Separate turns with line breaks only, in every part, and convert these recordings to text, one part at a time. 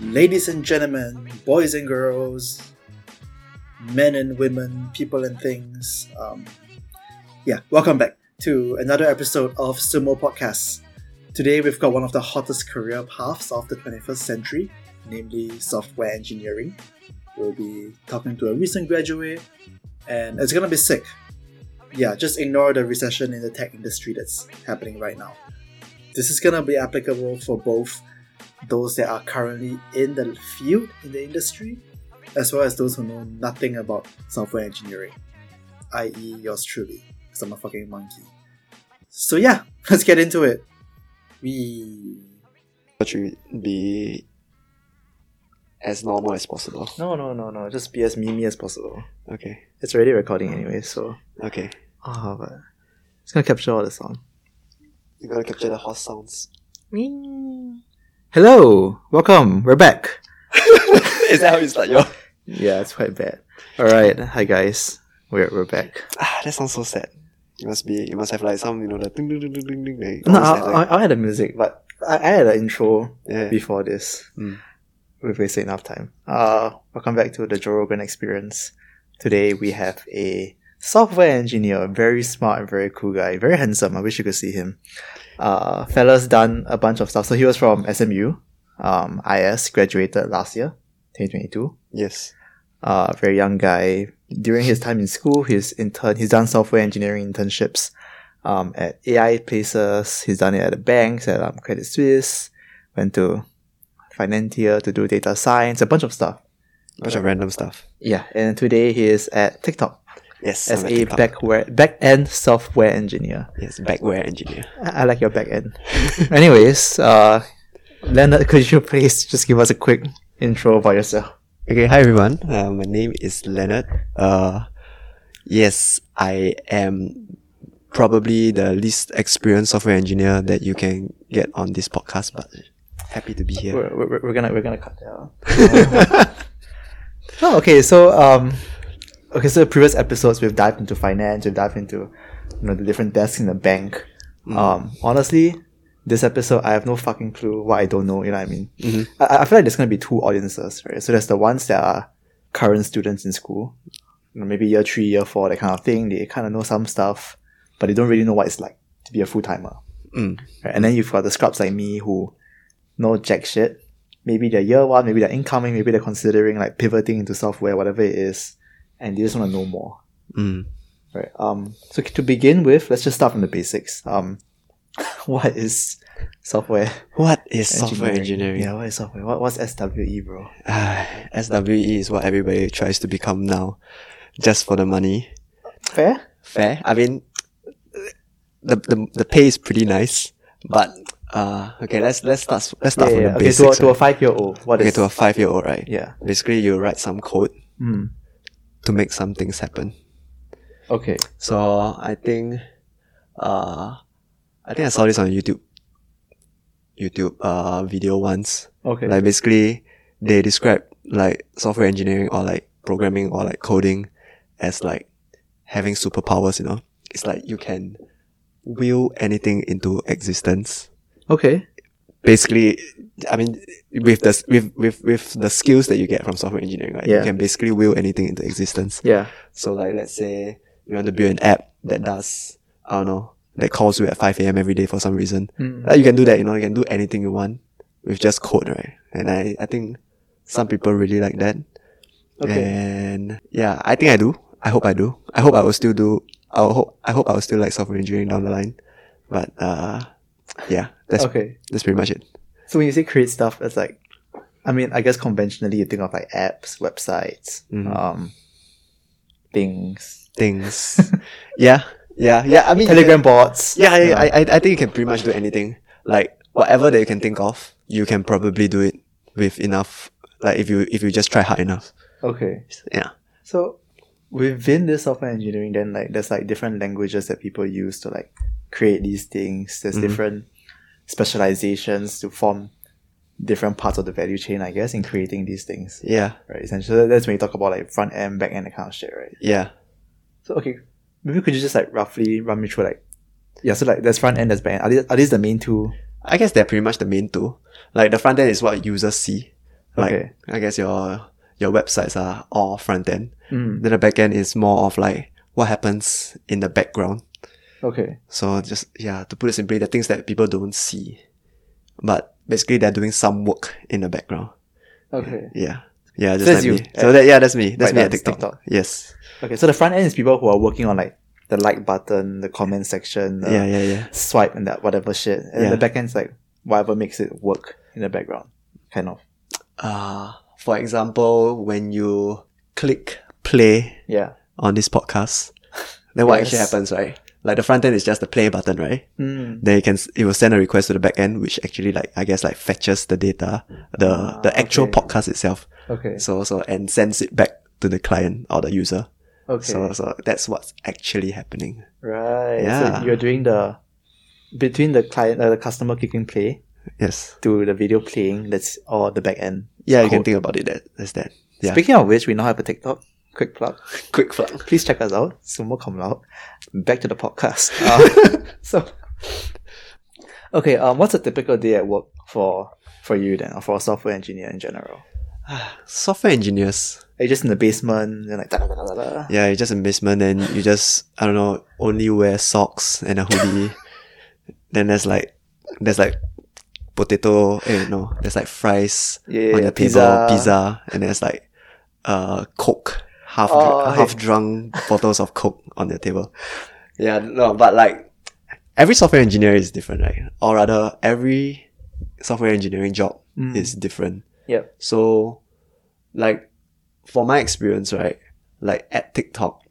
Ladies and gentlemen, boys and girls, men and women, people and things. Um, yeah, welcome back to another episode of Sumo Podcasts. Today we've got one of the hottest career paths of the 21st century, namely software engineering. We'll be talking to a recent graduate, and it's gonna be sick. Yeah, just ignore the recession in the tech industry that's happening right now. This is gonna be applicable for both those that are currently in the field, in the industry, as well as those who know nothing about software engineering, i.e., yours truly, because I'm a fucking monkey. So, yeah, let's get into it. We.
But you be as normal as possible.
No, no, no, no. Just be as memey as possible.
Okay,
It's already recording anyway, so.
okay.
Ah, but. It's gonna capture all the sound.
You gotta capture the horse sounds.
Hello! Welcome! We're back!
Is that how you start your?
Yeah, it's quite bad. Alright, hi guys. We're, we're back.
Ah, that sounds so sad. You must be. You must have like some, you know, the ding ding ding ding ding ding. They
No,
always have,
I'll, I'll,
like-
I'll add the music, but I, I had an intro
yeah.
before this.
Mm.
We've wasted enough time. Uh, welcome back to the Joe Rogan Experience. Today we have a software engineer, very smart and very cool guy, very handsome. I wish you could see him. Uh, fella's done a bunch of stuff. So he was from SMU, um, IS, graduated last year, 2022
Yes.
uh, very young guy. During his time in school, he's intern. He's done software engineering internships um, at AI places. He's done it at the banks at um, Credit Suisse. Went to Finantia to do data science, a bunch of stuff.
Bunch of random stuff.
Yeah, and today he is at TikTok
Yes.
as
I'm
a
TikTok.
backware, back end software engineer.
Yes, backware engineer.
I, I like your back end. Anyways, uh, Leonard, could you please just give us a quick intro about yourself?
Okay, hi everyone. Uh, my name is Leonard. Uh, yes, I am probably the least experienced software engineer that you can get on this podcast, but happy to be here.
We're, we're, we're gonna we're gonna cut that out. Oh, okay. So, um, okay. So, the previous episodes we've dived into finance, we've dived into, you know, the different desks in the bank. Um, honestly, this episode I have no fucking clue what I don't know. You know what I mean? I, I- I feel like there's gonna be two audiences, right? So there's the ones that are current students in school, you know, maybe year three, year four, that kind of thing. They kind of know some stuff, but they don't really know what it's like to be a full timer.
Mm.
Right? And then you've got the scrubs like me who know jack shit. Maybe they're year one, maybe they're incoming, maybe they're considering like pivoting into software, whatever it is, and they just want to know more.
Mm.
Right. Um. So to begin with, let's just start from the basics. Um, what is software
What is software engineering?
Yeah. What is software? What, what's SWE, bro?
Ah, SWE is what everybody tries to become now, just for the money.
Fair.
Fair. I mean, the the, the pay is pretty nice, but uh, okay, let's let's start let's start
Yeah,
from
yeah,
the
Okay.
basics.
To a, to a
right?
five-year-old. What is?
okay, to a five year old, right?
yeah.
Basically, you write some code
Hmm.
to make some things happen.
Okay.
So I think, uh, I think I saw this on YouTube, YouTube uh video once.
Okay.
Like basically, they describe like software engineering or like programming or like coding as like having superpowers. You know, it's like you can will anything into existence.
okay.
Basically, I mean, with the s- with with with the skills that you get from software engineering, right?
Yeah.
You can basically will anything into existence.
Yeah.
So like, let's say you want to build an app that does I don't know that calls you at five a.m. every day for some reason.
Hmm.
Like you can do that, you know, you can do anything you want with just code, right? And I, I think some people really like that.
Okay.
And yeah, I think I do. I hope I do. I hope I will still do. I will hope I hope I will still like software engineering down the line. But uh, yeah, that's
okay.
that's pretty much it.
So when you say create stuff, it's like, I mean, I guess conventionally you think of like apps, websites,
Mhm.
um, things,
Things. yeah, yeah, yeah. I mean,
Telegram bots.
Yeah,
you know.
yeah, I, I, I think you can pretty much do anything. Like whatever that you can think of, you can probably do it with enough. Like if you if you just try hard enough.
okay.
Yeah.
So within this software engineering, then like there's like different languages that people use to like create these things. There's
Mhm.
different specializations to form different parts of the value chain, I guess, in creating these things.
Yeah.
Right. Essentially, that's when you talk about like front end, back end, that kind of shit, right?
Yeah.
So okay, maybe could you just like roughly run me through like yeah, so like there's front end, there's back end. Are these, are these the main two?
I guess they're pretty much the main two. Like the front end is what users see. Like
Okay.
I guess your your websites are all front end.
Mm,
Then the back end is more of like what happens in the background.
okay.
So just yeah, to put it simply, the things that people don't see. But basically they're doing some work in the background.
Okay.
Yeah. Yeah, just
That's
like
you.
me. So that yeah, that's me. That's
Right
me
now
at
it's
TikTok.
TikTok.
Yes.
Okay. So the front end is people who are working on like the like button, the comment section, the
yeah, yeah, yeah.
swipe and that whatever shit. And then
Yeah.
the back end's like whatever makes it work in the background. Kind of.
Uh for example, when you click play
Yeah.
on this podcast, then what actually
Yes.
happens, right? Like the front end is just the play button, right?
Mm.
Then you can s- it will send a request to the back end, which actually like I guess like fetches the data, the
Ah,
the actual
okay.
podcast itself.
Okay.
So so and sends it back to the client or the user.
Okay.
So so that's what's actually happening.
right.
Yeah.
So you're doing the between the client uh, the customer clicking play
Yes.
to the video playing that's all the back end.
Yeah, you can
Cool.
think about it that as that. Yeah.
Speaking of which, we now have a TikTok. Quick plug.
quick plug.
Please check us out. Sumo Come Loud. Back to the podcast. Uh, so, okay, um, what's a typical day at work for for you then, or for a software engineer in general?
Software engineers.
Are you just in the basement and like da da da da da?
Yeah, you're just in basement and you just I don't know, only wear socks and a hoodie. then there's like there's like potato eh, no, there's like fries
Yeah,
on the
pizza.
table, pizza, and there's like uh Coke. Half
Oh, okay.
half drunk bottles of Coke on the table. Yeah, no, but like every software engineer is different, right? Or rather, every software engineering job
Mm.
is different.
Yep.
So, like, for my experience, right, like at TikTok,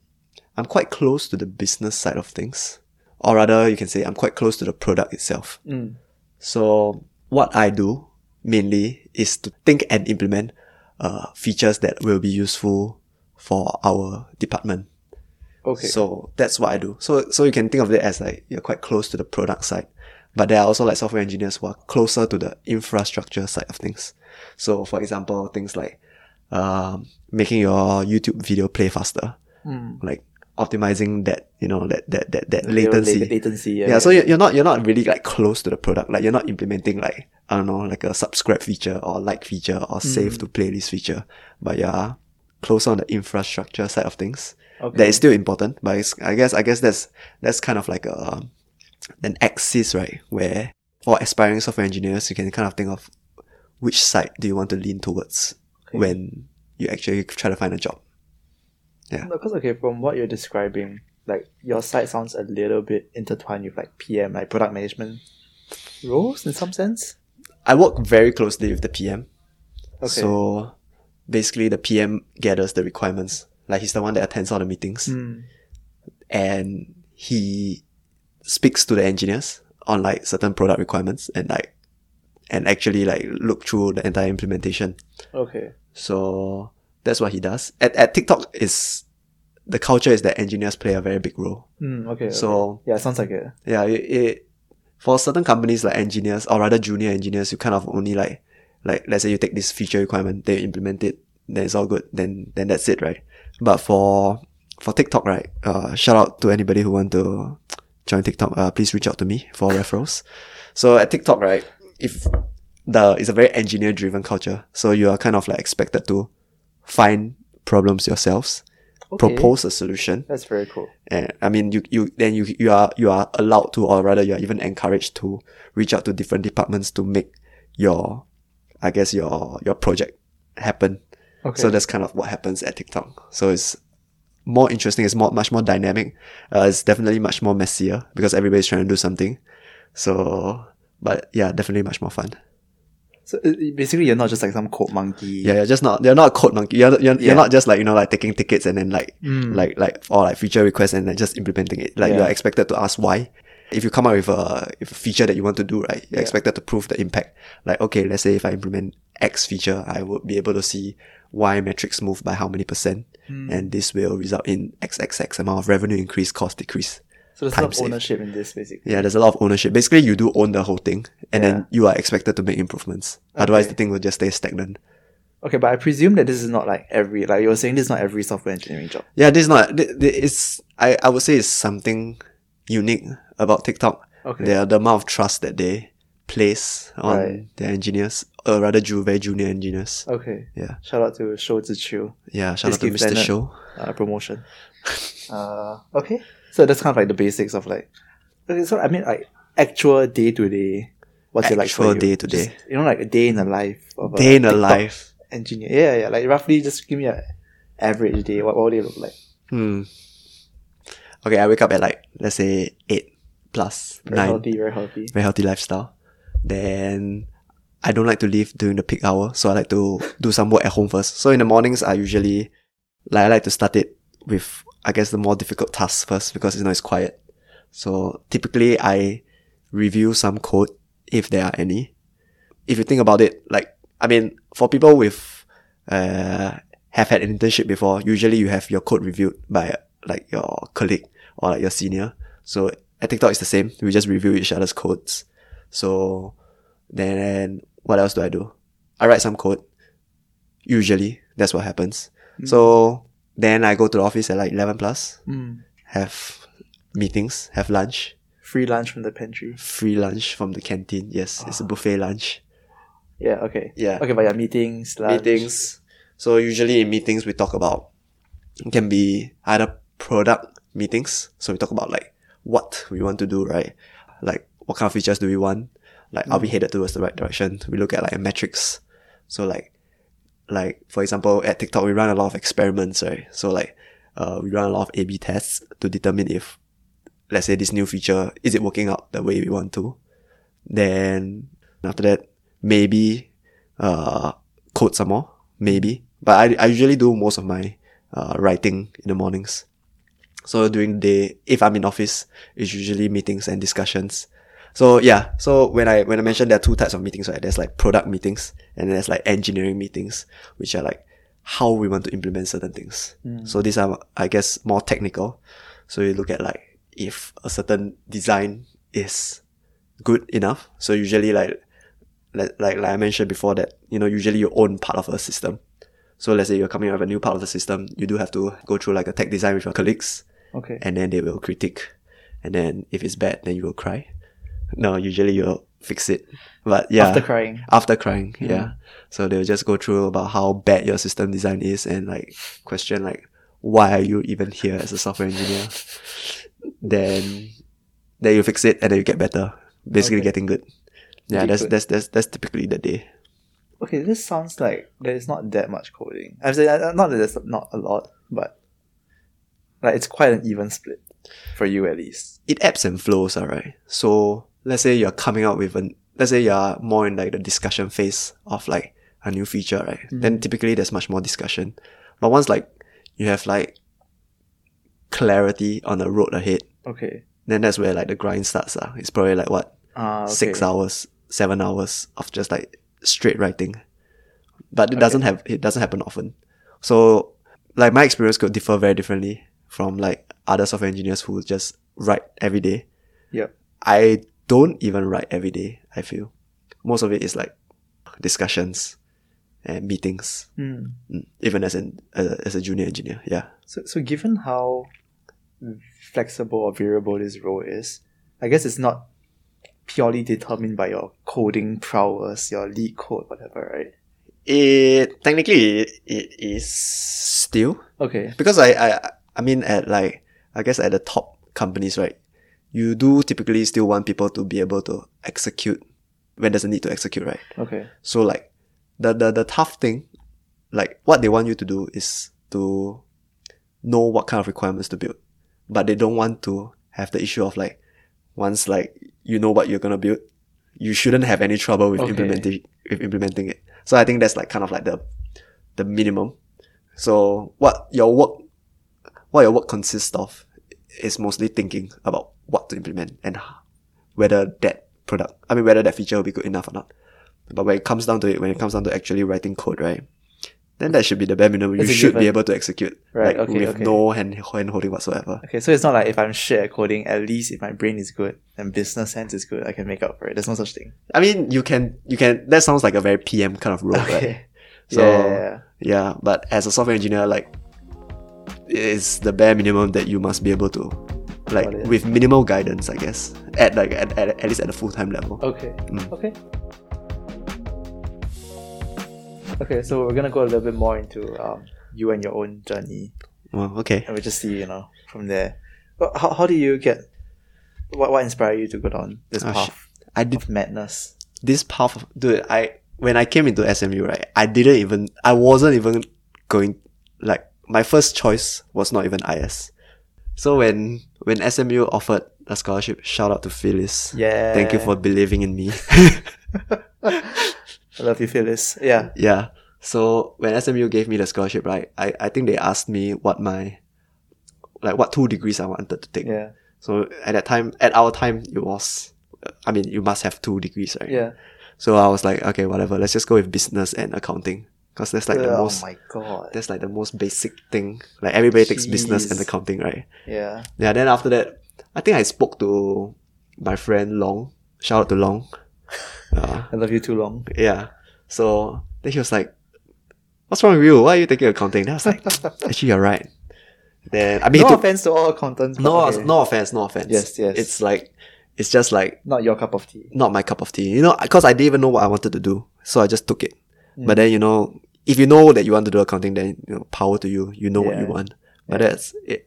I'm quite close to the business side of things. Or rather, you can say I'm quite close to the product itself.
Mm.
So, what I do mainly is to think and implement uh, features that will be useful for our department.
Okay.
So that's what I do. So so you can think of it as like you're quite close to the product side, but there are also like software engineers who are closer to the infrastructure side of things. So for example, things like um, making your YouTube video play faster,
Mm.
like optimizing that you know that that that, that
Your
latency.
lat- Latency.
yeah, so you're you're not you're not really like close to the product. Like you're not implementing like I don't know like a subscribe feature or like feature or save to playlist feature, but yeah, closer on the infrastructure side of things
okay.
that is still important, but it's, I guess I guess that's that's kind of like a an axis, right? Where for aspiring software engineers, you can kind of think of which side do you want to lean towards
Okay.
when you actually try to find a job. yeah.
Because okay, from what you're describing, like your site sounds a little bit intertwined with like PM, like product management roles in some sense.
I work very closely with the PM,
Okay.
so basically the PM gathers the requirements. Like he's the one that attends all the meetings,
Mm.
and he speaks to the engineers on like certain product requirements and like and actually like look through the entire implementation.
Okay.
So that's what he does. At, at TikTok is the culture is that engineers play a very big role.
Mm, okay. okay.
So
yeah, sounds like it.
yeah, it, it for certain companies like engineers or rather junior engineers, you kind of only like like let's say you take this feature requirement, they implement it, then it's all good, then then that's it, right? But for for TikTok, right? Uh, shout out to anybody who want to join TikTok. Uh, please reach out to me for referrals. So at TikTok, right? If the it's a very engineer driven culture, so you are kind of like expected to find problems yourselves,
Okay.
propose a solution,
That's very cool.
and I mean, you, you then you you are you are allowed to, or rather, you are even encouraged to reach out to different departments to make your, I guess your your project happen.
Okay.
So that's kind of what happens at TikTok. So it's more interesting. It's more much more dynamic. Uh, it's definitely much more messier because everybody's trying to do something. So, but yeah, definitely much more fun.
So uh, basically, you're not just like some code monkey.
Yeah, you're just not you're not a code monkey. You're you're,
Yeah.
you're not just like you know like taking tickets and then like
Mm.
like like or like feature requests and then just implementing it. Like
Yeah.
you're expected to ask why. If you come up with a, if a feature that you want to do, right, you're
Yeah.
expected to prove the impact. Like, okay, let's say if I implement X feature, I would be able to see Y metrics move by how many percent,
Mm.
and this will result in X, X, X amount of revenue increase, cost decrease.
so there's a lot
time
of
save.
ownership in this, basically.
Yeah, there's a lot of ownership. Basically, you do own the whole thing, and
Yeah.
then you are expected to make improvements. Otherwise,
Okay.
the thing will just stay stagnant.
Okay, but I presume that this is not like every, like you were saying, this is not every software engineering job.
Yeah, this is not. thi- thi- It's I, I would say it's something unique about TikTok.
Okay.
The the amount of trust that they place on
Right.
the engineers, or rather, ju- very junior engineers.
Okay.
Yeah.
Shout out to Shou Ziqiu,
Yeah, shout
Please
out to
give
Mr.
Leonard-
Show.
uh, promotion. uh, okay. So that's kind of like the basics of like. Okay, so I mean like actual day to day. What's it like for
Actual
you?
day-to-day.
Just, You know, like a day in the life of a
Day in the
TikTok
life.
engineer. Yeah, yeah. Like roughly, just give me an average day. What what would it look like?
Hmm. Okay, I wake up at like, let's say 8 plus,
Very
9.
healthy, very healthy.
Very healthy lifestyle. Then I don't like to leave during the peak hour, so I like to do some work at home first. So in the mornings, I usually, like, I like to start it with, I guess, the more difficult tasks first because, you know, it's quiet. So typically, I review some code if there are any. If you think about it, like, I mean, for people with, uh, have had an internship before, usually you have your code reviewed by like your colleague or like your senior. So at TikTok, it's the same. We just review each other's codes. So then what else do I do? I write some code. Usually that's what happens.
Mm.
So then I go to the office at like 11 plus,
Mm.
have meetings, have lunch,
Free lunch from the pantry.
free lunch from the canteen. Yes, it's a
Ah.
buffet lunch.
Yeah. Okay.
Yeah.
Okay, but yeah, meetings, lunch.
meetings. So usually in meetings we talk about it can be either product meetings. So we talk about like what we want to do, right? Like what kind of features do we want? Like are we headed towards the right direction? We look at like metrics. So like like for example at TikTok we run a lot of experiments, right? So like uh, we run a lot of A B tests to determine if let's say this new feature is it working out the way we want to. Then after that maybe uh code some more, maybe. But I, I usually do most of my uh, writing in the mornings. So during the day, if I'm in office, it's usually meetings and discussions. So yeah, so when I when I mentioned there are two types of meetings, right? There's like product meetings and there's like engineering meetings, which are like how we want to implement certain things.
Mm.
So these are I guess more technical. So you look at like if a certain design is good enough. So usually like like, like like I mentioned before that you know usually you own part of a system. So let's say you're coming up with a new part of the system, you do have to go through like a tech design with your colleagues,
Okay.
and then they will critique, and then if it's bad, then you will cry. No, usually you'll fix it, but yeah,
After crying.
after crying, yeah. So they'll just go through about how bad your system design is and like question like why are you even here as a software engineer? then then you fix it and then you get better. Basically
Okay.
getting good.
Getting
Yeah, that's,
good.
that's that's that's typically the day.
Okay, this sounds like there's not that much coding. I'm saying uh, not that there's not a lot, but like it's quite an even split for you at least.
It ebbs and flows, alright. So let's say you're coming up with an let's say you're more in like the discussion phase of like a new feature, right?
Mm-hmm.
Then typically there's much more discussion. But once like you have like clarity on the road ahead,
Okay.
then that's where like the grind starts. Uh. It's probably like what
Uh, okay.
six hours, seven hours of just like straight writing. But it doesn't have it doesn't happen often. So like my experience could differ very differently from like other software engineers who just write every day.
Yep.
I don't even write every day, I feel. Most of it is like discussions and meetings.
Hmm.
Mm, Even as an uh, as a junior engineer, yeah.
So, so given how flexible or variable this role is, I guess it's not purely determined by your coding prowess, your lead code, whatever, right?
It technically it, it is still
Okay.
because I, I I mean at like I guess at the top companies right you do typically still want people to be able to execute when there's a need to execute right
Okay.
so like the the, the tough thing like what they want you to do is to know what kind of requirements to build but they don't want to have the issue of like once like you know what you're gonna build you shouldn't have any trouble with
Okay.
implementing with implementing it so I think that's like kind of like the the minimum so what your work what your work consists of is mostly thinking about what to implement and h- whether that product I mean whether that feature will be good enough or not but when it comes down to it, when it comes down to actually writing code, right? Then that should be the bare minimum. You
It's a
should be
given.
able to execute,
Right,
like
okay,
with
okay.
no hand hand holding whatsoever.
Okay, so it's not like if I'm shit at coding, at least if my brain is good and business sense is good, I can make up for it. There's no such thing.
I mean, you can, you can. That sounds like a very PM kind of role, right? So
yeah, yeah, yeah.
yeah, but as a software engineer, like, it's the bare minimum that you must be able to like
Got it.
with minimal guidance, I guess. At like at, at, at least at the full time level.
Okay.
Mm.
Okay. Okay, so we're gonna go a little bit more into um, you and your own journey,
Well, okay.
and we just see you know from there. But how, how do you get? What what inspired you to go down this
Oh,
path
I did
of madness?
this path of dude, I when I came into SMU, right, I didn't even I wasn't even going like my first choice was not even IS. So when when SMU offered a scholarship, shout out to Phyllis.
Yeah.
Thank you for believing in me.
I love you, Phyllis. Yeah.
yeah. So when SMU gave me the scholarship, right, I, I think they asked me what my like what two degrees I wanted to take.
Yeah.
So at that time, at our time, it was I mean you must have two degrees, right?
Yeah.
So I was like, okay, whatever. Let's just go with business and accounting because that's like the
oh
most
my god.
that's like the most basic thing. Like everybody takes business
Jeez.
and accounting, right?
Yeah.
Yeah. Then after that, I think I spoke to my friend Long. Shout out to Long. Uh,
I love you too long.
yeah. So then he was like, "What's wrong with you? Why are you taking accounting?" Then I was like, "Actually, you're right." Then I mean,
No
he took-
offense to all accountants. but
no,
okay.
no offense, no offense.
Yes, yes.
It's like, it's just like
Not your cup of tea.
not my cup of tea. You know, because I didn't even know what I wanted to do, so I just took it. But then you know, if you know that you want to do accounting, then you know, power to you. You know what you
Yeah.
want. But
Yeah.
that's it.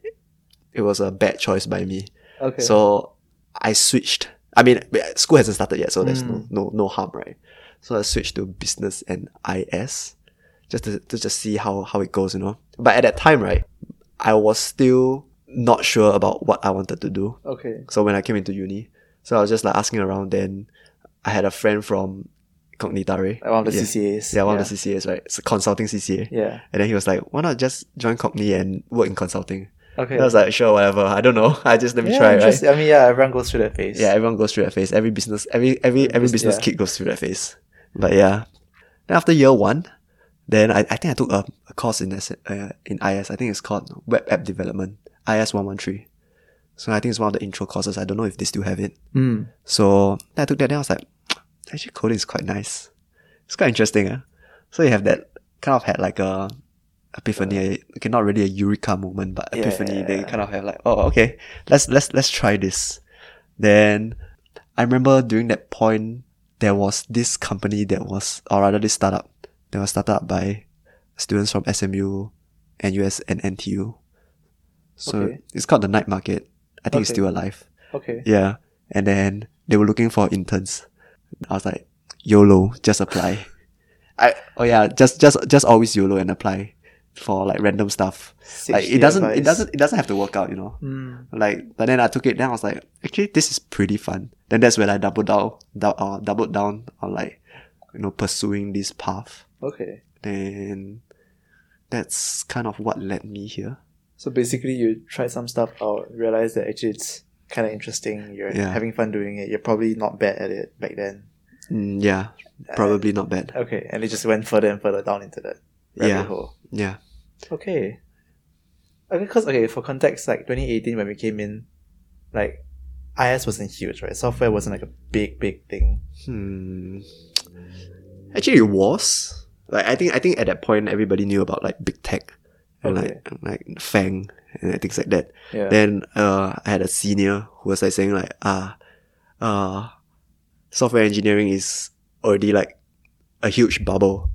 It was a bad choice by me.
Okay.
So I switched. I mean, but school hasn't started yet, so there's
Mm.
no no no harm, right? So I switched to business and IS, just to, to just see how how it goes, you know. But at that time, right, I was still not sure about what I wanted to do.
okay.
So when I came into uni, so I was just like asking around. Then I had a friend from Cognitare.
Like one of the
yeah.
CCAs.
Yeah, one of the CCAs, right? It's a consulting CCA.
Yeah.
And then he was like, why not just join Cogni and work in consulting?
Okay.
And I was like, sure, whatever. I don't know. I just let me
yeah,
try, right?
interesting. I mean, yeah, everyone goes through that phase.
Yeah, everyone goes through that phase. Every business, every every every
bus-
business
yeah.
kid goes through that phase. But yeah, then after year one, then I, I think I took a, a course in S- uh, in IS. I think it's called Web App Development IS one one three. So I think it's one of the intro courses. I don't know if they still have it.
Mm.
So then I took that. Then I was like, actually, coding is quite nice. It's quite interesting. Eh? So you have that kind of had like a epiphany. Okay, not really a eureka moment, but epiphany. They
Yeah.
kind of have like, oh, okay, let's let's let's try this. Then I remember during that point there was this company that was, or rather, this startup that was started up by students from SMU, NUS, and NTU. So
Okay.
it's called the Night Market. I think it's
Okay.
still alive.
Okay.
Yeah. And then they were looking for interns. I was like, YOLO, just apply. I oh yeah, just just just always YOLO and apply for like random stuff.
Sage
Like
the
it doesn't it
advice.
doesn't it doesn't have to work out, you know.
Mm.
Like but then I took it then I was like, actually this is pretty fun. Then that's when I doubled down dou- uh, doubled down on like you know pursuing this path.
Okay.
Then that's kind of what led me here.
So basically, you try some stuff out, realize that actually it's kind of interesting. You're
Yeah.
having fun doing it. You're probably not bad at it back then.
Mm, yeah, probably not bad.
Okay, and it just went further and further down into that rabbit
Yeah.
hole.
Yeah.
Okay. Okay, because okay, for context, like 2018 when we came in, like IS wasn't huge, right? Software wasn't like a big, big thing.
Hmm. Actually, it was. Like I think I think at that point everybody knew about like big tech and
Okay.
like like Fang and things like that.
Yeah.
Then uh, I had a senior who was like saying like ah, uh, software engineering is already like a huge bubble.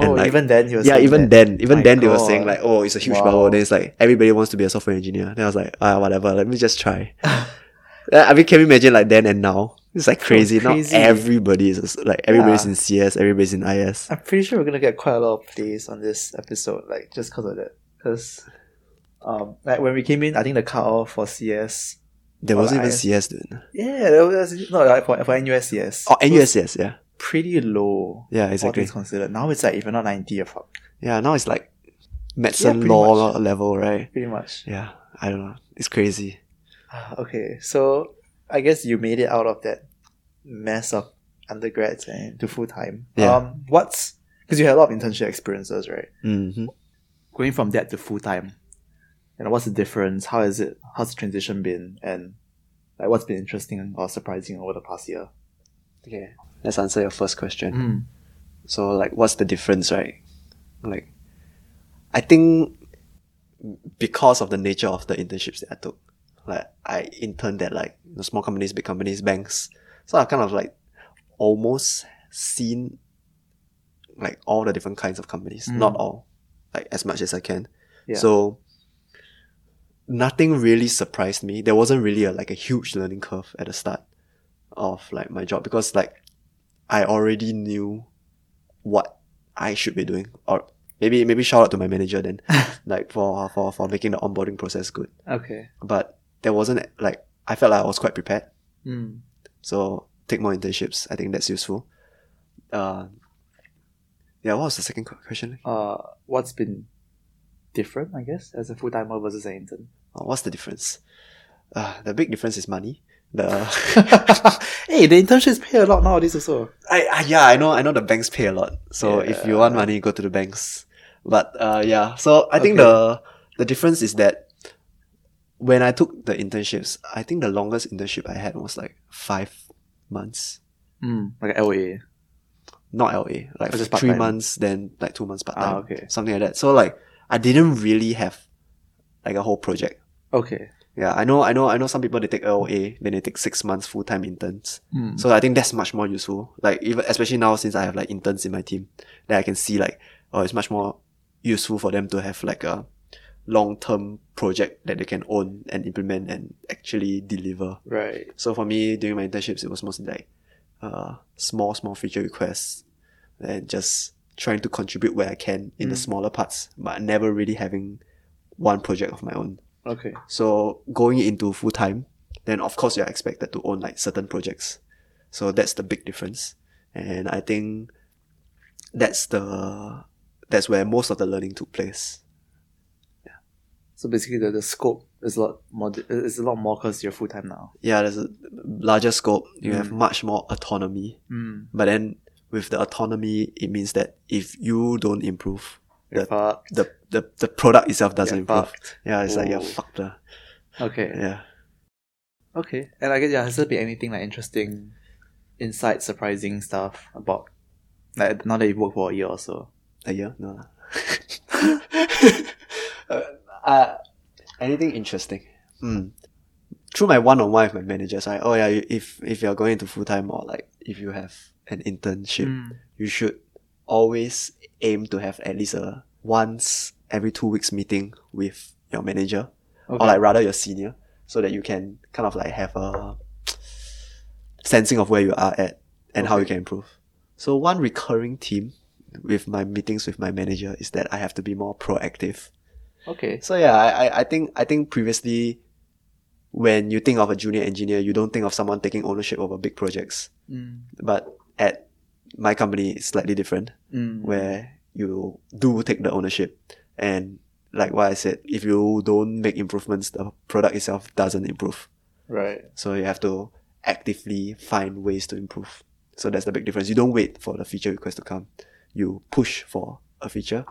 oh,
like,
even then he was
yeah,
saying
even
that.
then, even
My
then they were saying
God.
like, oh, it's a huge
Wow.
bubble. Then it's like everybody wants to be a software engineer. Then I was like, ah, whatever. Let me just try. Uh, I mean, can you imagine like then and now? It's like crazy.
crazy.
Now everybody is like everybody's
Yeah.
in CS, everybody's in IS.
I'm pretty sure we're gonna get quite a lot of plays on this episode, like just because of that. Because, um, like when we came in, I think the cutoff for CS,
There
Or
wasn't even
IS.
CS then.
yeah, that was not like for, for NUS CS.
Oh,
It was
NUS, yes, yeah,
pretty low.
yeah,
All
exactly.
things considered, now it's like if you're not 90, you're fucked,
Yeah, now it's like medicine
pretty
law
much.
level, right?
pretty much.
Yeah, I don't know. It's crazy.
Ah, Okay, so I guess you made it out of that mess of undergrads and to full time.
Yeah.
Um, what's because you had a lot of internship experiences, right?
hmm
Going from that to full time, you know, what's the difference? How is it? How's the transition been? And like, what's been interesting or surprising over the past year?
Okay, let's answer your first question.
Mm.
So like what's the difference, right? Like I think because of the nature of the internships that I took, Like I interned at like you know, small companies, big companies, banks. So I kind of like almost seen like all the different kinds of companies.
Mm.
Not all, like as much as I can.
Yeah.
So nothing really surprised me. There wasn't really a like a huge learning curve at the start of like my job because like I already knew what I should be doing. Or maybe maybe shout out to my manager then like for for for making the onboarding process good.
Okay.
But there wasn't like I felt like I was quite prepared.
Mm.
So take more internships. I think that's useful. Uh, yeah, what was the second que- question?
Uh, what's been different, I guess, as a full timer versus an intern?
Uh, What's the difference? Uh, the big difference is money. The
hey, the internships pay a lot nowadays, also.
I, I yeah, I know I know the banks pay a lot. So if you want
Yeah.
money, go to the banks. But uh, yeah, so I think
Okay.
the the difference is that when I took the internships, I think the longest internship I had was like five months.
Mm. Like LA.
Not LA, like
Oh, just
three
part-time.
months, then like two months part time,
Ah, okay.
something like that. So like I didn't really have like a whole project.
Okay.
Yeah, I know, I know, I know. Some people they take LA, then they take six months full time interns.
Mm.
So I think that's much more useful. Like even especially now since I have like interns in my team, that I can see like oh it's much more useful for them to have like a long term project that they can own and implement and actually deliver.
right.
So for me during my internships it was mostly like uh small, small feature requests and just trying to contribute where I can in the
Mm.
smaller parts, but never really having one project of my own.
Okay.
So going into full time, then of course you're expected to own like certain projects. So that's the big difference. And I think that's the that's where most of the learning took place.
So basically, the, the scope is a lot more. It's a lot more because you're full time now.
Yeah, there's a larger scope. You have
Mm.
much more autonomy.
Mm.
But then with the autonomy, it means that if you don't improve,
You're
The-
fucked.
the the, the product itself doesn't
You're
improve.
fucked.
Yeah, it's like you're
Oh.
fucked. lah.
Okay.
Yeah.
Okay. And I guess yeah, has there been anything like interesting, insight, surprising stuff about like now that you've worked for a year or so?
A year? No. uh, uh, anything interesting? Hmm. Through my one-on-one with my managers, right? Oh yeah, you- if if you're going into full time or like if you have an internship, you should always aim to have at least a once every two weeks meeting with your manager
Okay.
or like rather your senior, so that you can kind of like have a sensing of where you are at and how you can improve. So one recurring theme with my meetings with my manager is that I have to be more proactive.
okay.
So yeah, I, I- I think I think previously when you think of a junior engineer, you don't think of someone taking ownership over big projects.
Mm.
But at my company it's slightly different
Mm.
where you do take the ownership and like what I said, if you don't make improvements, the product itself doesn't improve.
Right.
So you have to actively find ways to improve. So that's the big difference. You don't wait for the feature request to come. You push for a feature,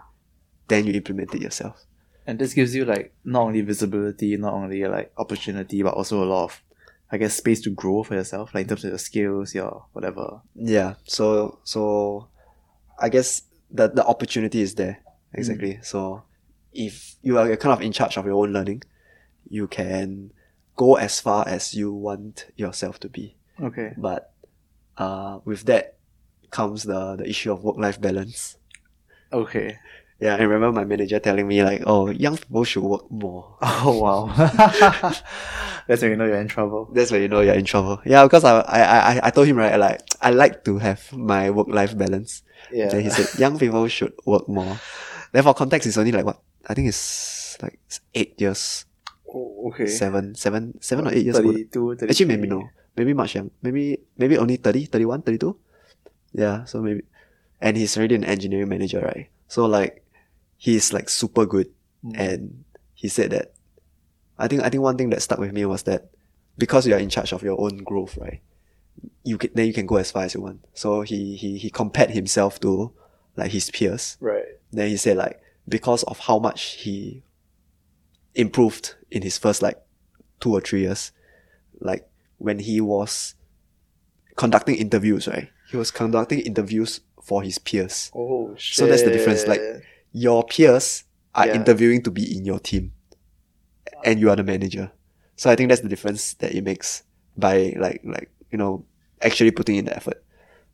then you implement it yourself.
And this gives you like not only visibility, not only like opportunity, but also a lot of I guess space to grow for yourself, like in terms of your skills, your whatever.
Yeah. So so I guess the the opportunity is there. Exactly. So if you are kind of in charge of your own learning, you can go as far as you want yourself to be.
Okay.
But uh, with that comes the, the issue of work life balance.
Okay.
Yeah, I remember my manager telling me like, "Oh, young people should work more."
Oh wow. That's when you know you're in trouble.
That's when you know you're in trouble. Yeah, because I I I, I told him right like I like to have my work life balance.
Yeah.
Then he said, "Young people should work more." Then for context, it's only like what I think it's like eight years,
Oh, okay.
seven, seven, seven or eight years. old.
32, 33.
Actually, maybe no, maybe much young, maybe maybe only 30, 31, 32. Yeah, so maybe, and he's already an engineering manager, right? So like, he's like super good.
Mm.
and he said that I think I think one thing that stuck with me was that because you are in charge of your own growth, right? You can, then you can go as far as you want. So he he he compared himself to like his peers.
Right.
Then he said like because of how much he improved in his first like two or three years, like when he was conducting interviews, right? He was conducting interviews for his peers.
Oh shit.
So that's the difference, like- your peers are
Yeah.
interviewing to be in your team and you are the manager. So I think that's the difference that it makes by like like you know actually putting in the effort.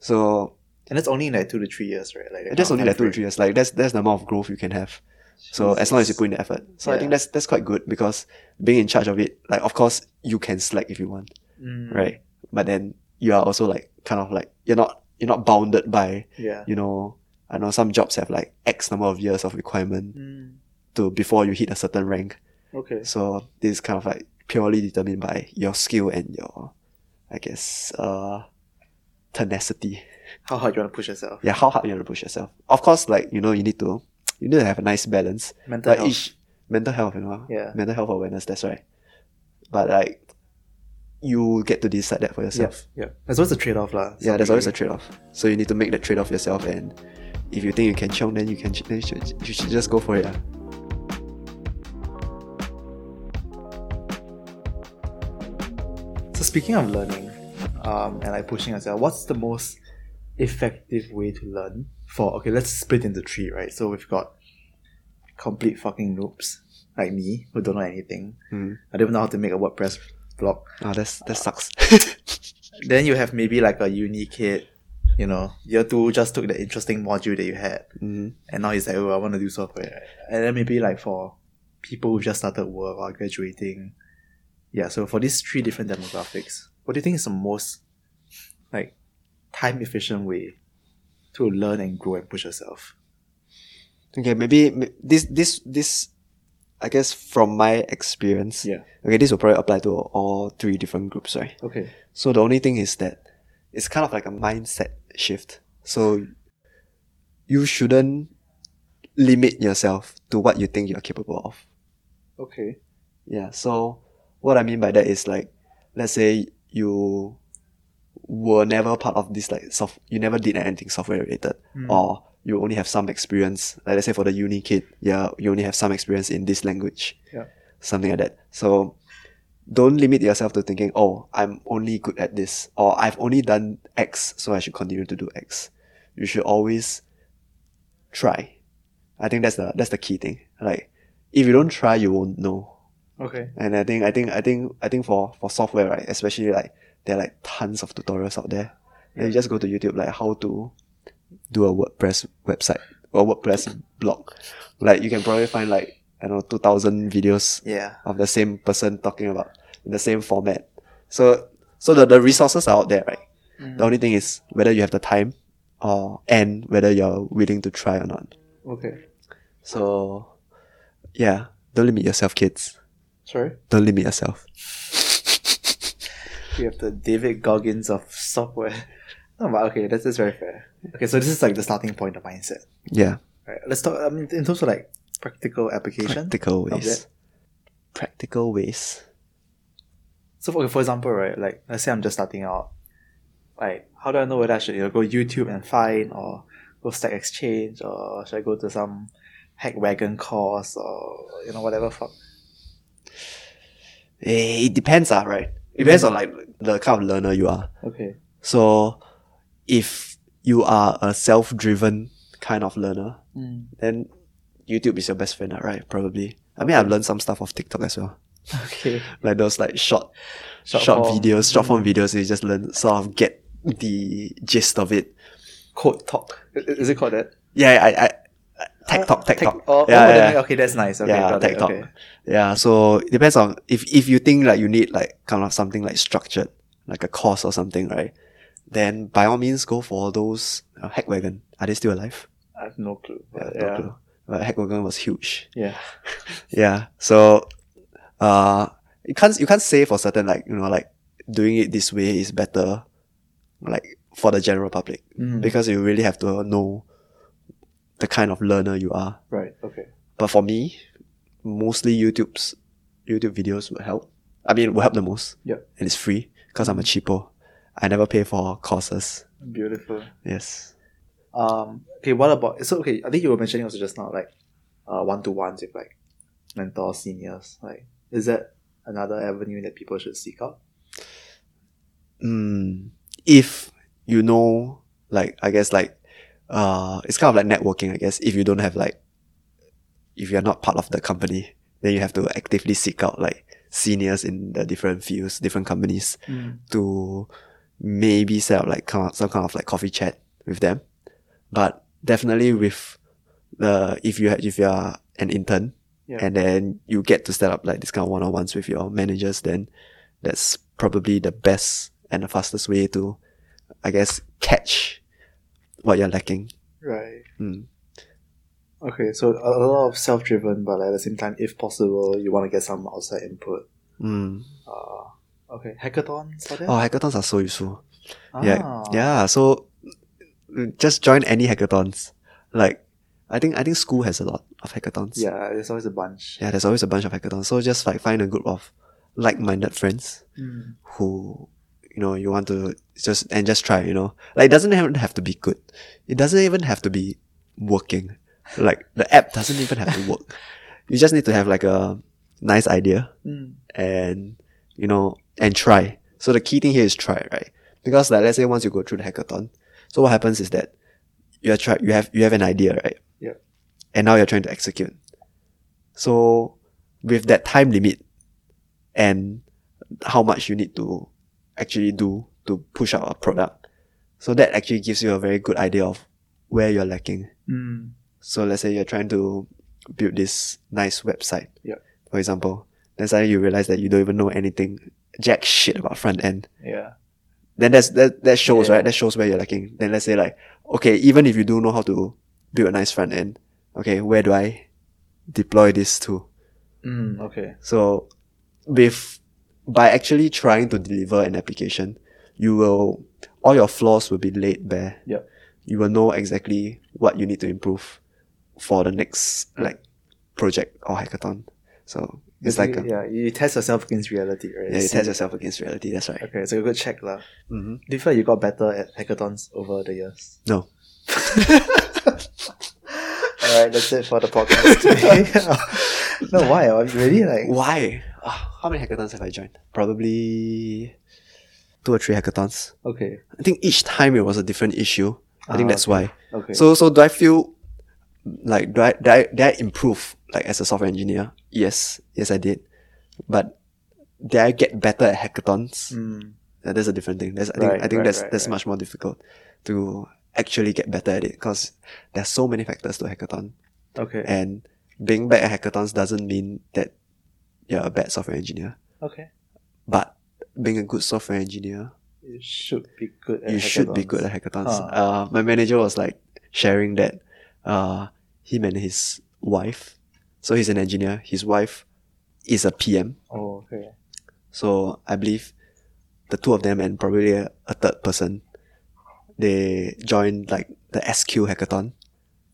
So
And that's only in like two to three years, right? Like
that's only like two or
to
three years. Like that's that's the amount of growth you can have. So as long as you put in the effort. So I think
Yeah.
that's that's quite good because being in charge of it, like of course you can slack if you want,
Mm,
right? But then you are also like kind of like you're not you're not bounded by
Yeah.
you know I know some jobs have like X number of years of requirement
Mm,
to before you hit a certain rank.
okay.
So this is kind of like purely determined by your skill and your, I guess, uh, tenacity.
How hard you want to push yourself?
Yeah, how hard you want to push yourself. Of course, like you know, you need to, you need to have a nice balance.
Mental
Like
health.
each mental health, you know,
Yeah.
mental health awareness. That's right. But like, you get to decide that for
Yeah.
yourself.
Yeah. There's always a trade off, lah.
Yeah, there's always a
Something-
trade off. So you need to make that trade off yourself. And if you think you can chunk, then you can. ch- Then you should, you should just go for it. ah.
So speaking of learning, um, and like pushing yourself, what's the most effective way to learn? For okay, let's split into three, right? So we've got complete fucking noobs like me who don't know anything.
Mm.
I don't even know how to make a WordPress blog.
Oh, that's that sucks.
Then you have maybe like a uni kid, you know, year two just took the interesting module that you had,
Mhm.
and now he's like, oh, I want to do software. And then maybe like for people who just started work or graduating, yeah. So for these three different demographics, what do you think is the most like time efficient way to learn and grow and push yourself?
Okay, maybe m- this this this I guess from my experience.
Yeah.
Okay, this will probably apply to all three different groups, right?
Okay.
So the only thing is that it's kind of like a mindset shift. So you shouldn't limit yourself to what you think you're capable of.
Okay.
Yeah. So what I mean by that is like, let's say you were never part of this like soft, you never did anything software related,
Mm.
or you only have some experience. Like let's say for the uni kid, yeah, you only have some experience in this language,
Yeah.
something like that. So don't limit yourself to thinking, oh, I'm only good at this, or I've only done X, so I should continue to do X. You should always try. I think that's the that's the key thing. Like if you don't try, you won't know.
Okay.
And I think I think I think I think for for software, right, especially like there are like tons of tutorials out there. And you just go to YouTube like how to do a WordPress website or WordPress blog. Like you can probably find like I don't know two thousand videos
Yeah.
of the same person talking about in the same format. So so the, the resources are out there, right? The only thing is whether you have the time or and whether you're willing to try or not.
Okay.
So yeah, don't limit yourself, kids.
Sorry.
Don't limit yourself.
We have the David Goggins of software. No, but okay, that's, that's very fair. Okay, so this is like the starting point of mindset.
Yeah.
Right, let's talk. I mean, in terms of like practical application.
practical
of
ways.
that.
Practical ways.
So, for, for example, right, like let's say I'm just starting out. Like, how do I know whether I should you know, go YouTube and find, or go Stack Exchange, or should I go to some hack wagon course, or you know whatever? Fuck.
Eh, It depends, ah, right? It depends on like the kind of learner you are.
Okay.
So, if you are a self-driven kind of learner,
Hmm.
then YouTube is your best friend, ah, right? Probably. I mean, I've learned some stuff off TikTok as well,
Okay.
like those like short, short,
Short form. Hmm.
videos, short form videos. You just learn sort of get the gist of it.
Code talk. I- Is it called that?
Yeah, I, I, I tech talk, tech talk.
Oh,
yeah,
oh,
yeah,
then-
yeah.
Okay, that's nice. Okay,
yeah,
got
tech
it.
talk.
Okay.
Yeah, so it depends on if if you think like you need like kind of something like structured, like a course or something, right? Then by all means go for those uh, Hackwagon. Are they still alive?
I have no clue. but
No clue. But Hackwagon was huge.
yeah.
Yeah, so uh, you can't you can't say for certain like you know like doing it this way is better, like for the general public
Mm,
because you really have to know the kind of learner you are.
right. Okay.
But for me, mostly YouTube's YouTube videos will help. I mean, will help the most.
Yep.
And it's free because I'm a cheapo. I never pay for courses.
Beautiful.
Yes.
Um. Okay. What about so? Okay. I think you were mentioning also just now, like, uh, one to ones with like mentors, seniors. Like, is that another avenue that people should seek out?
Mm, if you know, like, I guess, like, uh, it's kind of like networking, I guess. If you don't have, like, if you're not part of the company, then you have to actively seek out, like, seniors in the different fields, different companies
Mm.
to maybe set up like kind of- some kind of like coffee chat with them. But definitely with the if you ha- if you are an intern
Yeah.
and then you get to set up like this kind of one on ones with your managers, then that's probably the best and the fastest way to, I guess, catch what you're lacking.
Right.
Mm.
Okay, so a a lot of self driven, but at the same time, if possible, you want to get some outside input.
Mm.
Uh, okay, hackathons are there?
Oh, hackathons are so useful.
ah,
Yeah, yeah. So just join any hackathons. Like, I think I think school has a lot of hackathons.
Yeah, there's always a bunch.
yeah. There's always a bunch of hackathons. So just like find a group of like-minded friends
Hmm.
Mm.
who you know you want to just and just try. You know, like it doesn't even have to be good. It doesn't even have to be working. Like the app doesn't even have to work. you just need to have like a nice idea
Mm.
and you know and try. So the key thing here is try, right? Because like let's say once you go through the hackathon, so what happens is that you are try you have you have an idea, right?
Yep.
And now you're trying to execute. So with that time limit and how much you need to actually do to push out a product. So that actually gives you a very good idea of where you're lacking.
Hmm.
Mm.
So let's say you're trying to build this nice website,
Yeah.
for example. Then suddenly you realize that you don't even know anything, jack shit about front end.
Yeah.
Then that's that that shows
Yeah.
right. That shows where you're lacking. Then let's say like, okay, even if you do know how to build a nice front end, okay, where do I deploy this to?
Mm, okay.
So with by actually trying to deliver an application, you will all your flaws will be laid bare.
Yep.
You will know exactly what you need to improve for the next like project or hackathon. So it's like a,
Basically, yeah, you test yourself against reality, right?
yeah, you
See-
test yourself against reality. That's right.
Okay, so a good check lah.
hmm
Do you feel like you got better at hackathons over the years?
No.
Mm-hmm. All right, that's it for the podcast today. no, why? I'm really like
Why? Ah, how many hackathons have I joined? Probably two or three hackathons.
okay,
I think each time it was a different issue. I think
Ah,
that's why.
okay.
So so do I feel like do I, do I did I improve like as a software engineer? Yes, yes I did. But did I get better at hackathons?
Mm,
Uh, that's a different thing. That's I think
Right,
I
right,
think that's
right,
that's
right.
much more difficult to actually get better at it because there's so many factors to hackathon
okay,
and being bad at hackathons doesn't mean that you're a bad software engineer.
okay.
But being a good software engineer,
You should be good. At
you should be good
hackathons.
at hackathons.
Huh.
Uh, my manager was like sharing that uh, him and his wife, so he's an engineer. His wife is a PM,
Oh, okay.
so I believe the two of them and probably a, a third person, they joined like the SQ hackathon,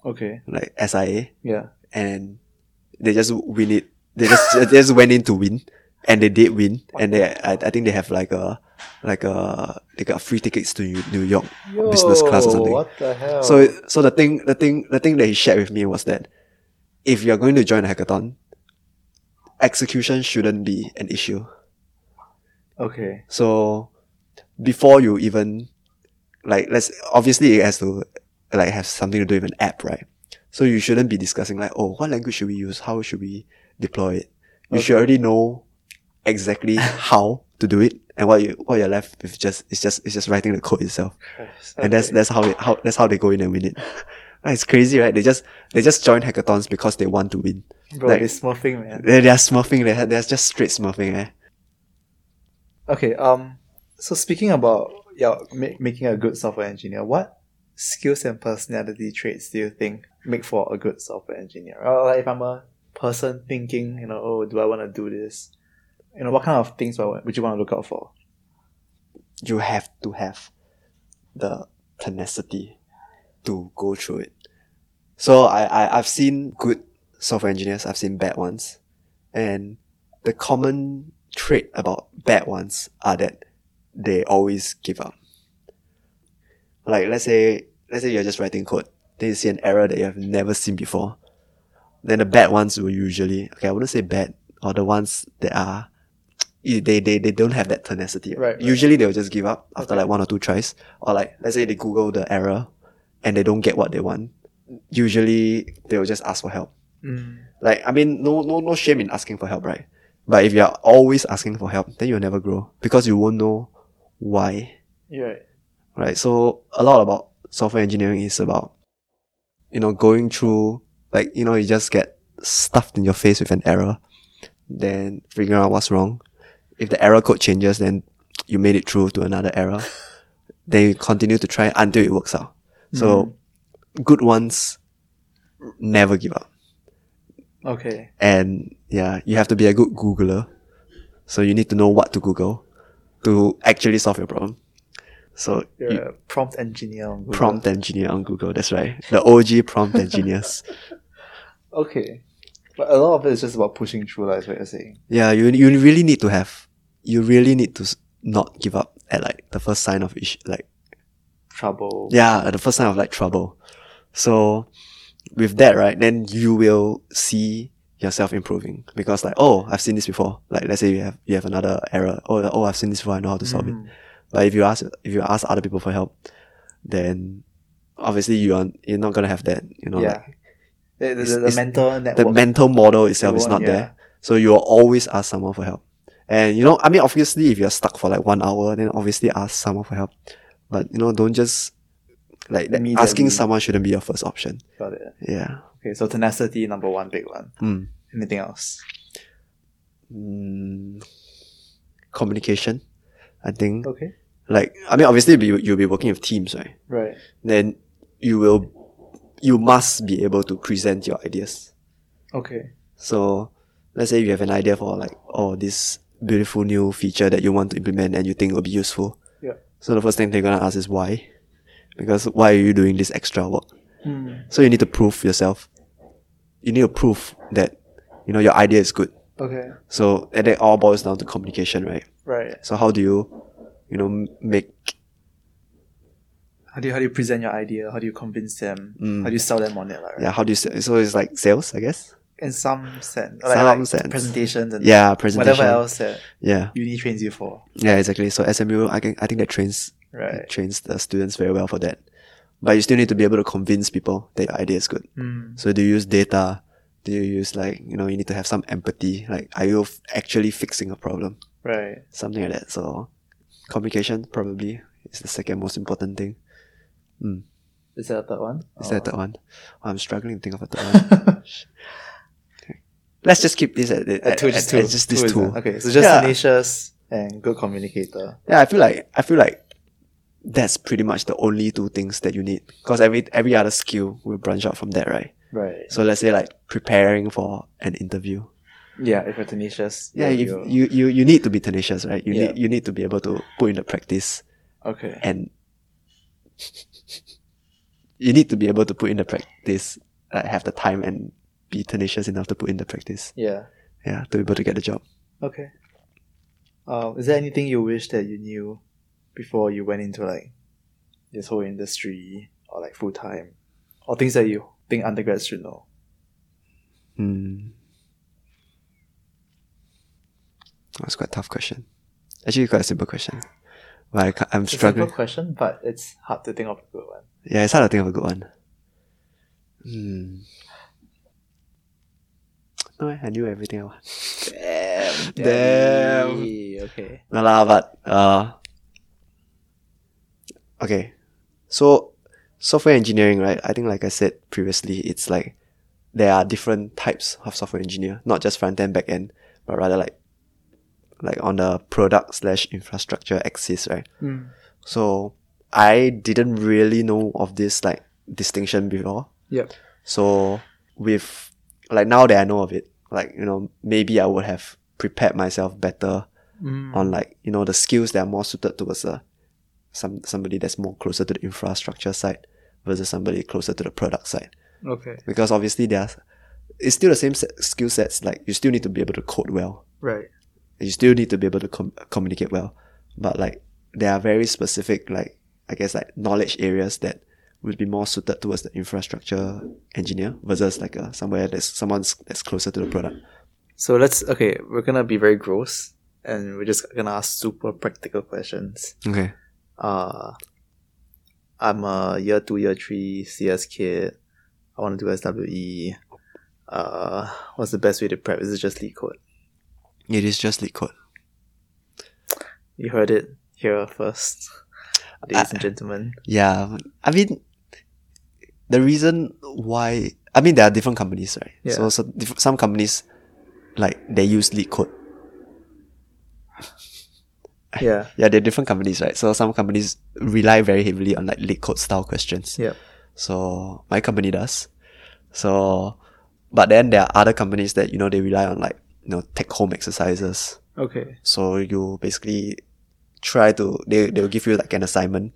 Okay.
like SIA,
Yeah.
and they just win it. They just they just went in to win, and they did win. And they I, I think they have like a like a they got free tickets to New York business class or something.
What the hell?
So it- so the thing the thing the thing that he shared with me was that if you're going to join a hackathon, execution shouldn't be an issue.
okay.
So before you even like let's obviously it has to like have something to do with an app, right? So you shouldn't be discussing like, oh, what language should we use? How should we deploy it? You should already know exactly how to do it and what you what you're left with just it's just it's just writing the code itself
Christ.
and that's
Okay.
that's how it how that's how they go in and win it. Like, it's crazy, right? They just they just join hackathons because they want to win.
bro.
like-
it's smurfing, man.
They they are smurfing. They are- they are just straight smurfing. Eh?
Okay. Um. So speaking about yeah, ma- making a good software engineer, what skills and personality traits do you think make for a good software engineer? Or like if I'm a person thinking, you know, oh, do I want to do this? You know, what kind of things would I- would you want to look out for?
You have to have the tenacity to go through it. So I, I I've seen good software engineers. I've seen bad ones, and the common trait about bad ones are that they always give up. Like let's say let's say you're just writing code, then you see an error that you have never seen before. Then the bad ones will usually okay, I wouldn't say bad, or the ones that are they they, they don't have that tenacity.
Right, right.
Usually they'll just give up after
Okay.
like one or two tries. Or like let's say they Google the error and they don't get what they want. Usually they'll just ask for help.
Mm.
Like I mean no no no shame in asking for help, right? But if you're always asking for help, then you'll never grow because you won't know why.
Yeah.
Right. So a lot about software engineering is about, you know, going through, like, you know, you just get stuffed in your face with an error, then figuring out what's wrong. If the error code changes, then you made it through to another error. then you continue to try until it works out. So good ones never give up.
Okay.
And yeah, you have to be a good Googler. So you need to know what to Google to actually solve your problem. So
You're
you-
a prompt engineer. on Google.
prompt engineer on Google, that's right. The OG prompt engineers.
Okay. But a lot of it is just about pushing through, like what you're saying.
Yeah, you you really need to have you really need to s- not give up at like the first sign of issue, like
Trouble.
yeah, at the first sign of like trouble. So with that, right, then you will see yourself improving because like, oh, I've seen this before. Like let's say you have you have another error. Oh, oh I've seen this before, I know how to solve it.
Mm.
But if you ask if you ask other people for help, then obviously you are you're not gonna have that. You know,
Yeah.
like,
The, the,
It's-
the
it's-
mental
the
network.
mental model itself
They
is
won't,
not there. So you will always ask someone for help. And you know, I mean, obviously, if you're stuck for like one hour, then obviously ask someone for help. But you know, don't just like that,
Immediately.
asking someone shouldn't be your first option.
Got it.
Yeah.
Okay, so tenacity, number one big one.
Mm.
Anything else?
Mm. Communication, I think.
Okay.
Like, I mean, obviously, you- you'll be working with teams, right?
Right.
then you will you must be able to present your ideas.
Okay.
So let's say you have an idea for like oh this beautiful new feature that you want to implement and you think will be useful.
Yeah.
So the first thing they're gonna ask is why? Because why are you doing this extra work?
Hmm.
So you need to prove yourself. You need to prove that you know your idea is good.
Okay.
So and that all boils down to communication, right?
Right.
So how do you you know m- make
How do you how do you present your idea? How do you convince them?
Mm.
How do you sell them on it? Like, right?
yeah how do you s- so it's like sales I guess
In some sense.
Some sense.
Presentations and
yeah presentation
whatever else that
yeah
uni trains you for.
Yeah, exactly. So SMU, I can, I think that trains
Right.
trains the students very well for that. But you still need to be able to convince people that your idea is good.
Mm.
So do you use data? Do you use like you know you need to have some empathy? Like are you f- actually fixing a problem?
Right.
Something like that. So communication probably is the second most important thing.
Is that the third one?
Is
Or-
that the one? Oh, I'm struggling to think of a third one. Let's just keep this at, at,
Uh, two,
at-
just
at
two.
just
Two
these
is
two.
it? Okay, so just
Yeah.
tenacious and good communicator.
Yeah, I feel like I feel like that's pretty much the only two things that you need. Because every every other skill will branch out from that, right?
Right.
So let's say like preparing for an interview.
Yeah, if you're tenacious.
Yeah, if
you're-
you, you you need to be tenacious, right? You
Yeah.
need you need to be able to put in the practice
Okay.
and you need to be able to put in the practice, like have the time and be tenacious enough to put in the practice.
Yeah.
Yeah, to be able to get the job.
Okay. Um, is there anything you wish that you knew before you went into like this whole industry or like full time, or things that you think undergrads should know?
Hmm. That's quite a tough question. Actually, quite a simple question. But I ca- I'm
It's a
struggling.
simple question, but it's hard to think of a good one.
Yeah, it's hard to think of a good one. Hmm. No, eh, I knew everything I want.
Damn.
Damn.
Okay.
No lah, but uh, okay. So, software engineering, right? I think, like I said previously, it's like there are different types of software engineer, not just front end, back end, but rather like like on the product slash infrastructure axis, right?
Mm.
So I didn't really know of this like distinction before.
Yep.
So with like now that I know of it, like you know maybe I would have prepared myself better
Mm.
on like you know the skills that are more suited towards a some somebody that's more closer to the infrastructure side versus somebody closer to the product side
Okay.
because obviously there's it's still the same set, skill sets like you still need to be able to code well
Right.
you still need to be able to com- communicate well but like there are very specific like i guess like knowledge areas that would be more suited towards the infrastructure engineer versus like a, somewhere that's someone's that's closer to the product
So let's okay, we're gonna be very gross and we're just gonna ask super practical questions.
okay
Uh I'm a year two, year three CS kid. I E. wanna do SWE. Uh what's the best way to prep? Is it just lead code?
It is just lead code.
You heard it here first, ladies and gentlemen.
Yeah, I mean, the reason why I mean there are different companies, right?
Yeah.
So, so diff- some companies like they use lead code.
Yeah.
Yeah, there are different companies, right? So some companies rely very heavily on like lead code style questions.
Yep.
So my company does. So, but then there are other companies that you know they rely on like you know take home exercises.
Okay.
So you basically try to they they'll give you like an assignment,